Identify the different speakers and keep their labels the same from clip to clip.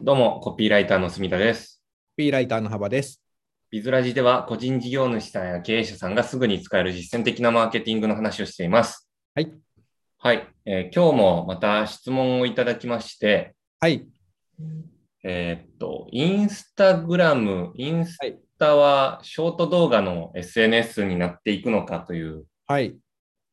Speaker 1: どうも、コピーライターの住田です。
Speaker 2: ピーライターの幅です。
Speaker 1: ビズラジでは、個人事業主さんや経営者さんがすぐに使える実践的なマーケティングの話をしています。
Speaker 2: はい。
Speaker 1: はい。えー今日もまた質問をいただきまして、
Speaker 2: はい。
Speaker 1: えーっと、インスタグラム、インスタはショート動画の SNS になっていくのかという、
Speaker 2: はい。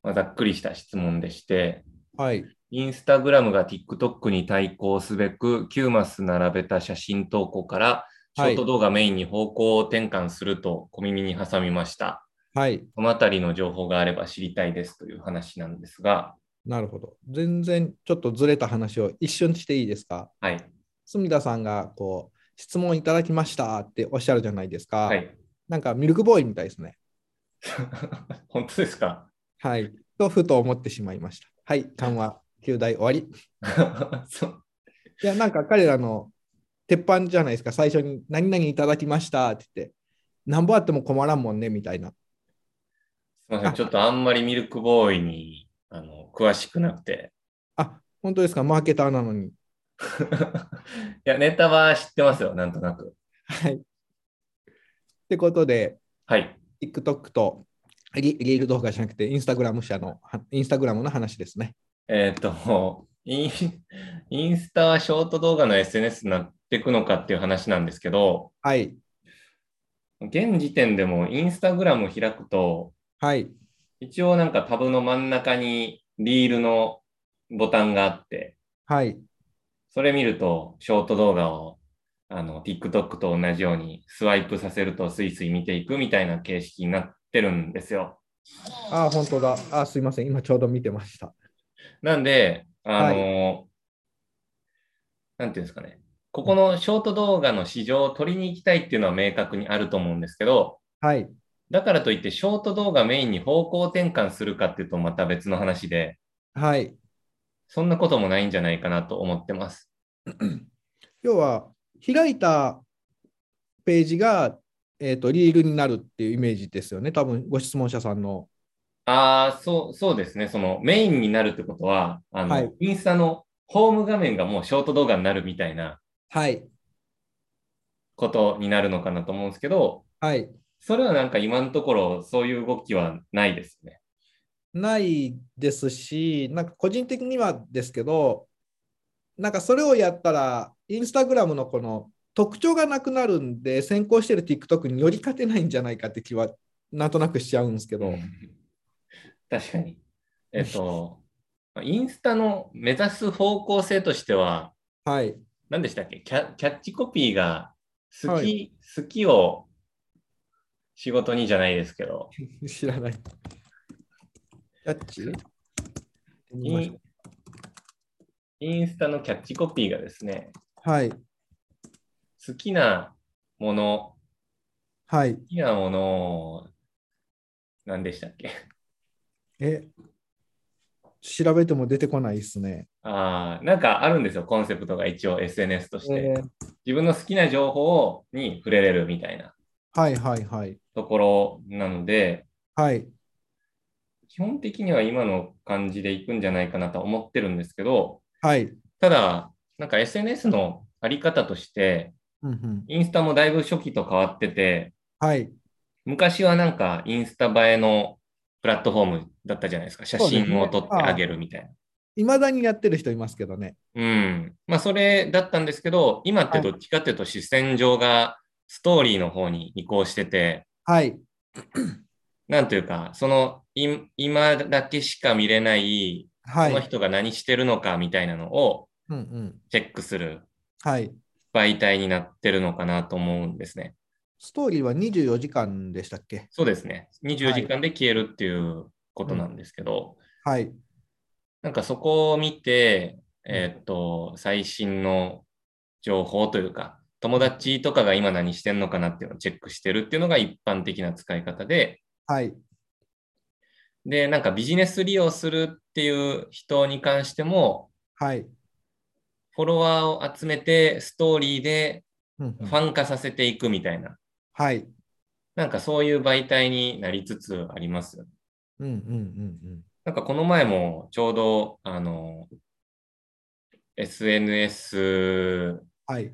Speaker 1: まあ、ざっくりした質問でして、
Speaker 2: はい。
Speaker 1: インスタグラムが TikTok に対抗すべく9マス並べた写真投稿からショート動画メインに方向転換すると小耳に挟みました。
Speaker 2: はい。
Speaker 1: そのあたりの情報があれば知りたいですという話なんですが、
Speaker 2: なるほど。全然ちょっとずれた話を一瞬していいですか
Speaker 1: はい。
Speaker 2: 住田さんがこう質問いただきましたっておっしゃるじゃないですか。
Speaker 1: はい、
Speaker 2: なんかミルクボーイみたいですね。
Speaker 1: 本当ですか
Speaker 2: はい。とふと思ってしまいました。はい。緩和、9大終わり。
Speaker 1: そう
Speaker 2: いや、なんか彼らの鉄板じゃないですか。最初に何々いただきましたって言って、なんぼあっても困らんもんねみたいな。
Speaker 1: すみません。ちょっとあんまりミルクボーイにあの詳しくなくて。
Speaker 2: あ、本当ですかマーケターなのに。
Speaker 1: いや、ネタは知ってますよ、なんとなく。
Speaker 2: はい。ってことで、
Speaker 1: はい。
Speaker 2: TikTok とリリール動画じゃなくて、インスタグラム社の、はインスタグラムの話ですね。
Speaker 1: えっ、と、 インインスタはショート動画の SNS になっていくのかっていう話なんですけど、
Speaker 2: はい。
Speaker 1: 現時点でもインスタグラムを開くと、
Speaker 2: はい。
Speaker 1: 一応なんかタブの真ん中にリールのボタンがあって、
Speaker 2: はい。
Speaker 1: それ見るとショート動画をあの TikTok と同じようにスワイプさせるとスイスイ見ていくみたいな形式になってるんですよ。
Speaker 2: あー、本当だ。あー、すいません。今ちょうど見てました。
Speaker 1: なんで、あのなんていうんですかね、ここのショート動画の市場を取りに行きたいっていうのは明確にあると思うんですけど、
Speaker 2: はい。
Speaker 1: だからといって、ショート動画メインに方向転換するかっていうと、また別の話で、
Speaker 2: はい。
Speaker 1: そんなこともないんじゃないかなと思ってます。
Speaker 2: 要は、開いたページが、えー、とリールになるっていうイメージですよね。多分ご質問者さんの。
Speaker 1: ああ、そう、そうですね。そのメインになるってことは、あの、
Speaker 2: はい
Speaker 1: インスタのホーム画面がもうショート動画になるみたいな
Speaker 2: はい。
Speaker 1: ことになるのかなと思うんですけど、
Speaker 2: はい。
Speaker 1: それはなんか今のところそういう動きはないですね。
Speaker 2: ないですし、なんか個人的にはですけど、なんかそれをやったら、インスタグラムのこの特徴がなくなるんで、先行してる TikTok により勝てないんじゃないかって気はなんとなくしちゃうんですけど、
Speaker 1: 確かに。えっと、インスタの目指す方向性としては、
Speaker 2: はい、
Speaker 1: 何でしたっけキャキャッチコピーが好き、
Speaker 2: は
Speaker 1: 好きを仕事にじゃないですけど、
Speaker 2: 知らない。キャッチ
Speaker 1: インインスタのキャッチコピーがですね、
Speaker 2: はい、
Speaker 1: 好きなもの、
Speaker 2: はい。
Speaker 1: 好きなものを、何でしたっけ
Speaker 2: え、調べても出てこないですね。
Speaker 1: ああ、なんかあるんですよ、コンセプトが一応 SNS として。
Speaker 2: えー
Speaker 1: 自分の好きな情報に触れれるみたいな
Speaker 2: はい、はい、はい。
Speaker 1: ところなので、
Speaker 2: はい、
Speaker 1: 基本的には今の感じでいくんじゃないかなと思ってるんですけど、
Speaker 2: はい。
Speaker 1: ただ、なんか SNS のあり方として、
Speaker 2: うんうん、
Speaker 1: インスタもだいぶ初期と変わってて、
Speaker 2: はい、
Speaker 1: 昔はなんかインスタ映えのプラットフォームだったじゃないですか。写真を撮ってあげるみたいな。
Speaker 2: いまだにやってる人いますけどね。
Speaker 1: うん。まあ、それだったんですけど、今ってどっちかっていうと視線上がストーリーの方に移行してて、
Speaker 2: はい、
Speaker 1: なんというか、そのい今だけしか見れない、
Speaker 2: は
Speaker 1: その
Speaker 2: い。
Speaker 1: 人が何してるのかみたいなのを
Speaker 2: うんうん
Speaker 1: チェックする
Speaker 2: はい。
Speaker 1: 媒体になってるのかなと思うんですね。
Speaker 2: ストーリーは24時間でしたっけ
Speaker 1: そうですね。24
Speaker 2: はい
Speaker 1: 時間で消えるっていうことなんですけど、
Speaker 2: はい。
Speaker 1: なんかそこを見て、えーっと、最新の情報というか、友達とかが今何してんのかなっていうのをチェックしてるっていうのが一般的な使い方で、
Speaker 2: はい。
Speaker 1: で、なんかビジネス利用するっていう人に関しても、
Speaker 2: はい。
Speaker 1: フォロワーを集めてストーリーで
Speaker 2: うん
Speaker 1: フ
Speaker 2: うん
Speaker 1: ァン化させていくみたいな、
Speaker 2: はい。
Speaker 1: なんかそういう媒体になりつつありますよね
Speaker 2: うんうんうんうん。
Speaker 1: なんかこの前もちょうど、あの、SNS
Speaker 2: はい。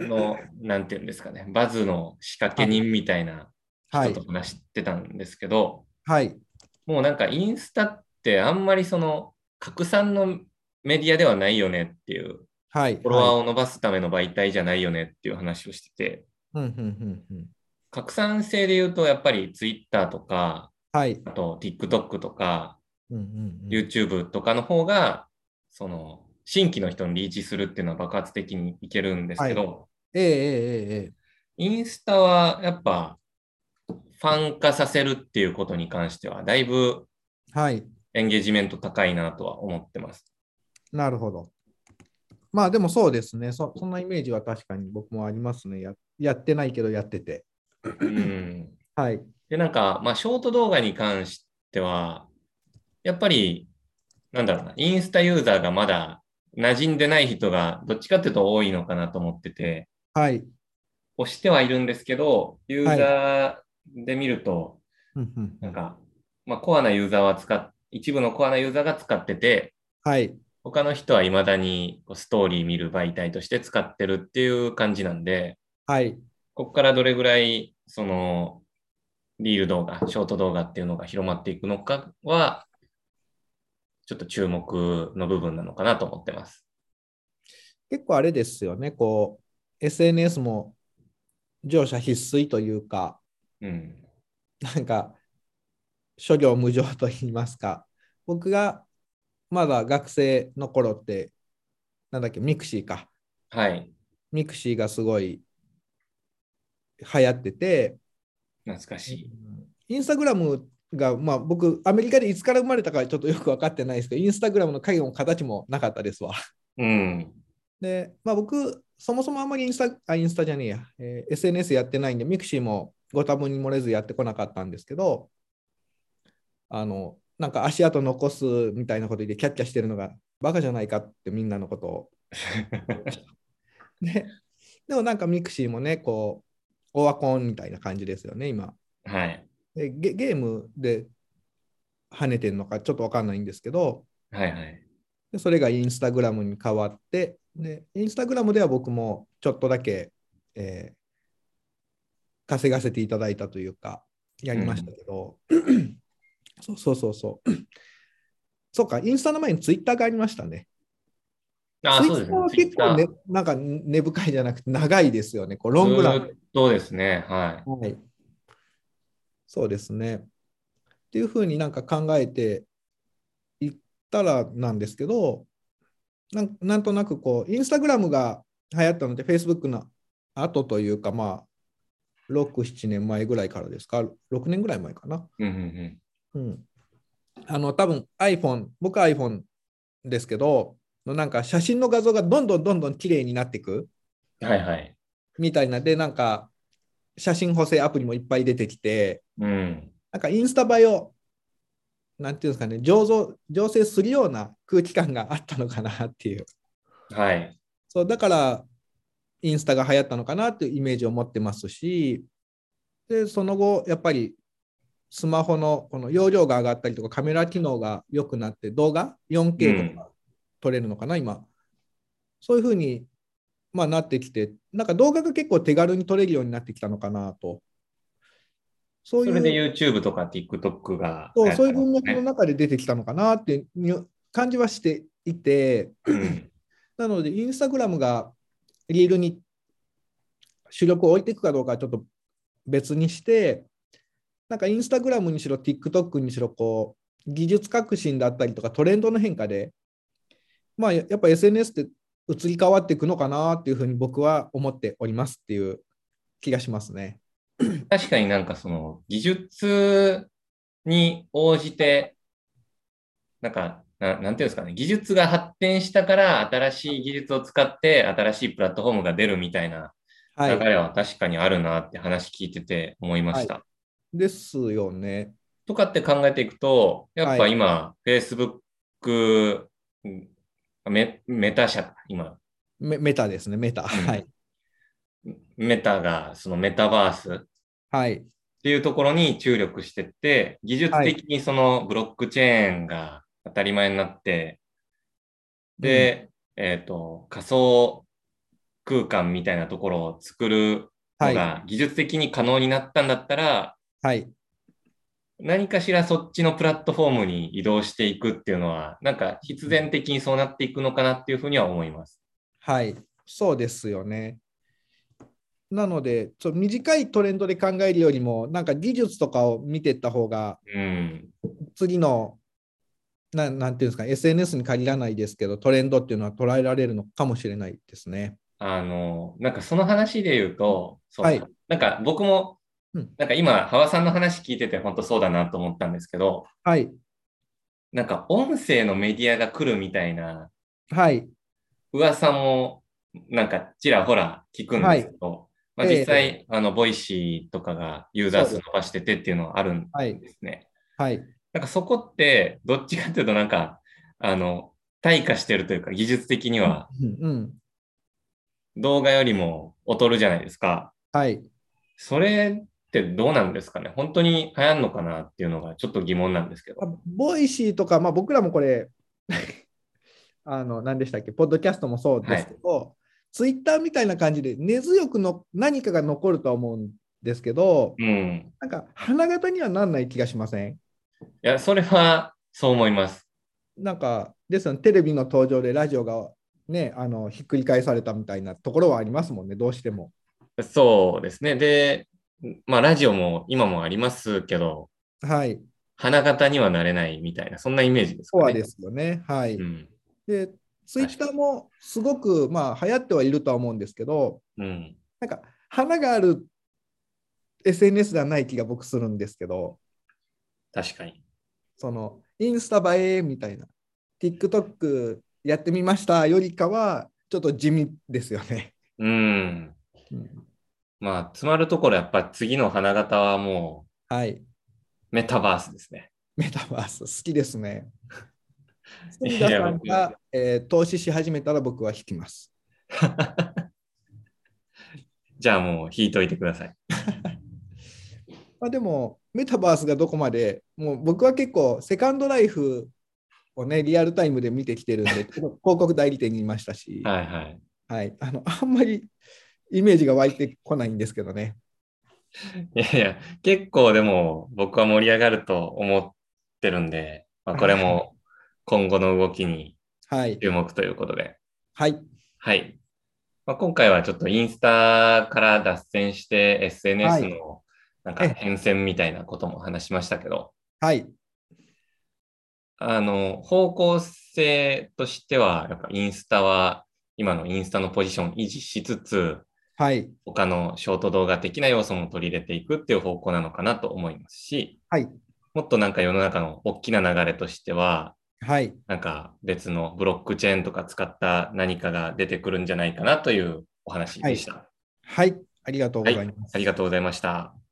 Speaker 1: の、なんていうんですかね、バズの仕掛け人みたいな
Speaker 2: は
Speaker 1: 人
Speaker 2: い
Speaker 1: と。話してたんですけど、
Speaker 2: はい。
Speaker 1: もうなんかインスタってあんまりその拡散のメディアではないよねっていう、
Speaker 2: はい。フ
Speaker 1: フォロワーを伸ばすための媒体じゃないよねっていう話をしてて、
Speaker 2: うんうんうんうん。
Speaker 1: 拡散性で言うとやっぱり Twitter とか、
Speaker 2: はい。
Speaker 1: あと TikTok とか
Speaker 2: うんうんうん
Speaker 1: YouTube とかの方が、その新規の人にリーチするっていうのは爆発的にいけるんですけど、
Speaker 2: ええええええ
Speaker 1: インスタはやっぱファン化させるっていうことに関しては、だいぶ
Speaker 2: はい。
Speaker 1: エンゲージメント高いなとは思ってます。
Speaker 2: なるほど。まあでもそうですね。そそんなイメージは確かに僕もありますね。ややってないけどやってて。
Speaker 1: うん、
Speaker 2: はい。
Speaker 1: で、なんか、まあ、ショート動画に関しては、やっぱり、なんだろうな、インスタユーザーがまだ馴染んでない人が、どっちかっていうと多いのかなと思ってて、
Speaker 2: はい。
Speaker 1: 押してはいるんですけど、ユーザーで見ると、
Speaker 2: うんうん
Speaker 1: なんか、まあ、コアなユーザーは使っ、一部のコアなユーザーが使ってて、
Speaker 2: はい。
Speaker 1: 他の人は未だにこうストーリー見る媒体として使ってるっていう感じなんで、
Speaker 2: はい。
Speaker 1: ここからどれぐらい、その、リール動画、ショート動画っていうのが広まっていくのかは、ちょっと注目の部分なのかなと思ってます。
Speaker 2: 結構あれですよね。こう、SNS も乗車必須というか、
Speaker 1: うん。
Speaker 2: なんか、諸行無常と言いますか。僕がまだ学生の頃って、なんだっけ、ミクシーか。
Speaker 1: はい。
Speaker 2: ミクシーがすごい流行ってて、
Speaker 1: 懐かしい。
Speaker 2: インスタグラムが、まあ、僕、アメリカでいつから生まれたかちょっとよく分かってないですけど、インスタグラムの影も形もなかったですわ。
Speaker 1: うん。
Speaker 2: で、まあ、僕、そもそもあんまりインスタ、あ、インスタじゃねえや、えー SNS やってないんで、ミクシーもご多分に漏れずやってこなかったんですけど、あの、なんか足跡残すみたいなことでキャッキャしてるのがバカじゃないかってみんなのことをででもなんかミクシーもね、こう、オワコンみたいな感じですよね、今。
Speaker 1: はい。
Speaker 2: でゲゲームで跳ねてるのかちょっとわかんないんですけど、
Speaker 1: はいはい。
Speaker 2: でそれがインスタグラムに変わって、でインスタグラムでは僕もちょっとだけ、えー稼がせていただいたというか、やりましたけど、そうそうそうそう。 そうか、インスタの前にツイッターがありましたね。
Speaker 1: あ、
Speaker 2: ツイ
Speaker 1: そうで
Speaker 2: ッ
Speaker 1: す
Speaker 2: ターは
Speaker 1: ね。ツイッタ
Speaker 2: 結構、
Speaker 1: ー。、
Speaker 2: ねなんか根深いじゃなくて長いですよね。こうロングラン。
Speaker 1: そうですね。は
Speaker 2: はい。そうですね。っていうふうになんか考えていったらなんですけど、なんなんとなくこう、インスタグラムが流行ったので、Facebook の後というか、まあ、6、7年前ぐらいからですか、6年ぐらい前かな。
Speaker 1: い。うんうん
Speaker 2: うん。あの、多分 iPhone、僕は iPhone ですけど、のなんか写真の画像がどんどんどんどん綺麗になっていく
Speaker 1: うん。はいはい。
Speaker 2: みたいな、で、なんか写真補正アプリもいっぱい出てきて、
Speaker 1: うん。
Speaker 2: なんかインスタ映えを、なんていうんですかね、醸造、醸成するような空気感があったのかなっていう。
Speaker 1: はい。
Speaker 2: そう、だから、インスタが流行ったのかなっていうイメージを持ってますし、で、その後、やっぱり、スマホのこの容量が上がったりとか、カメラ機能が良くなって、動画
Speaker 1: う
Speaker 2: 4K
Speaker 1: ん
Speaker 2: とか撮れるのかな、今。そういうふうに、まあ、なってきて、なんか動画が結構手軽に撮れるようになってきたのかなと。
Speaker 1: そ
Speaker 2: そ
Speaker 1: う
Speaker 2: いう
Speaker 1: れで YouTube とか TikTok が流行ってますね。
Speaker 2: そうそういう文脈の中で出てきたのかなっていう感じはしていて、
Speaker 1: うん
Speaker 2: なので、インスタグラムがリールに主力を置いていくかどうかはちょっと別にして、なんかインスタグラムにしろ、TikTok にしろ、こう、技術革新だったりとか、トレンドの変化で、まあ、やっぱ SNS って移り変わっていくのかなっていうふうに僕は思っておりますっていう気がしますね。
Speaker 1: 確かになんかその技術に応じて、なんか、ななんていうんですかね、技術が発展したから新しい技術を使って新しいプラットフォームが出るみたいな
Speaker 2: は
Speaker 1: 流
Speaker 2: い。
Speaker 1: れは確かにあるなって話聞いてて思いました。
Speaker 2: ですよね。
Speaker 1: とかって考えていくと、やっぱ今、Facebook、メメタ社、今、
Speaker 2: メメタですね、メタ。はい。
Speaker 1: メタがそのメタバース
Speaker 2: はい。
Speaker 1: っていうところに注力してって、技術的にそのブロックチェーンが当たり前になって、で、えっ、と、仮想空間みたいなところを作るの
Speaker 2: は
Speaker 1: が技術的に可能になったんだったら、
Speaker 2: はい。
Speaker 1: 何かしらそっちのプラットフォームに移動していくっていうのは、なんか必然的にそうなっていくのかなっていうふうには思います。
Speaker 2: はい。そうですよね。なので、ちょ短いトレンドで考えるよりも、なんか技術とかを見ていった方が、
Speaker 1: うん。
Speaker 2: 次の、ななんていうんですか、SNS に限らないですけど、トレンドっていうのは捉えられるのかもしれないですね。
Speaker 1: あの、なんかその話で言うと、そう
Speaker 2: はい
Speaker 1: なんか僕も
Speaker 2: うん、
Speaker 1: なんか今、ハワさんの話聞いてて本当そうだなと思ったんですけど、
Speaker 2: はい。
Speaker 1: なんか音声のメディアが来るみたいな
Speaker 2: はい。
Speaker 1: 噂も、なんかちらほら聞くんですけど、まあ、
Speaker 2: ええ
Speaker 1: 実際、あの、ボイシーとかがユーザー数伸ばしててっていうのはあるん
Speaker 2: はい。
Speaker 1: ですね。
Speaker 2: はい。
Speaker 1: なんかそこって、どっちかっていうと、なんか、あの、退化してるというか、技術的には
Speaker 2: うんうん。
Speaker 1: 動画よりも劣るじゃないですか。
Speaker 2: はい。
Speaker 1: それってどうなんですかね本当に流行んのかなっていうのがちょっと疑問なんですけど。
Speaker 2: まあボイシーとか、まあ、僕らもこれ、 あの何でしたっけ、ポッドキャストもそうですけど、ツイッターみたいな感じで根強くの何かが残るとは思うんですけど、
Speaker 1: うん。
Speaker 2: なんか花形にはなんない気がしません
Speaker 1: いや、それはそう思います。
Speaker 2: なんか、ですよね、テレビの登場でラジオが、ね、あのひっくり返されたみたいなところはありますもんね、どうしても。
Speaker 1: そうですね。で、まあ、ラジオも今もありますけど、
Speaker 2: はい、
Speaker 1: 花形にはなれないみたいな、そんなイメージですか
Speaker 2: コ
Speaker 1: ね。
Speaker 2: アですよね。はい、
Speaker 1: うん。
Speaker 2: で、ツイッターもすごく、まあ、流行ってはいるとは思うんですけど、
Speaker 1: うん。
Speaker 2: なんか花がある SNS ではない気が僕するんですけど、
Speaker 1: 確かに。
Speaker 2: そのインスタ映えみたいな、TikTok やってみましたよりかは、ちょっと地味ですよね。
Speaker 1: うん。まあ、詰まるところ、やっぱ次の花形はも
Speaker 2: はい、
Speaker 1: う、メタバースですね。
Speaker 2: メタバース、好きですね。
Speaker 1: い
Speaker 2: 隅
Speaker 1: や
Speaker 2: 田さんが、えー投資し始めたら僕は引きます。
Speaker 1: じゃあもう引いといてください。
Speaker 2: まあ、でも、メタバースがどこまで、もう僕は結構、セカンドライフをね、リアルタイムで見てきてるんで、広告代理店にいましたし。
Speaker 1: はいはい。
Speaker 2: はい、あのあんまりイメージが湧いてこないんですけどね。
Speaker 1: いやいや、結構でも僕は盛り上がると思ってるんで、まあ、これも今後の動きに
Speaker 2: はい。
Speaker 1: 注目ということで。
Speaker 2: はい。
Speaker 1: はい。まあ、今回はちょっとインスタから脱線して SNS のなんか
Speaker 2: ええ
Speaker 1: 変遷みたいなことも話しましたけど、
Speaker 2: はい。
Speaker 1: あの、方向性としては、やっぱインスタは今のインスタのポジションを維持しつつ、
Speaker 2: はい。
Speaker 1: 他のショート動画的な要素も取り入れていくっていう方向なのかなと思いますし、
Speaker 2: はい。
Speaker 1: もっとなんか世の中の大きな流れとしては、
Speaker 2: はい。
Speaker 1: なんか別のブロックチェーンとか使った何かが出てくるんじゃないかなというお話でした。
Speaker 2: はい。ありがとうございます。
Speaker 1: ありがとうございました。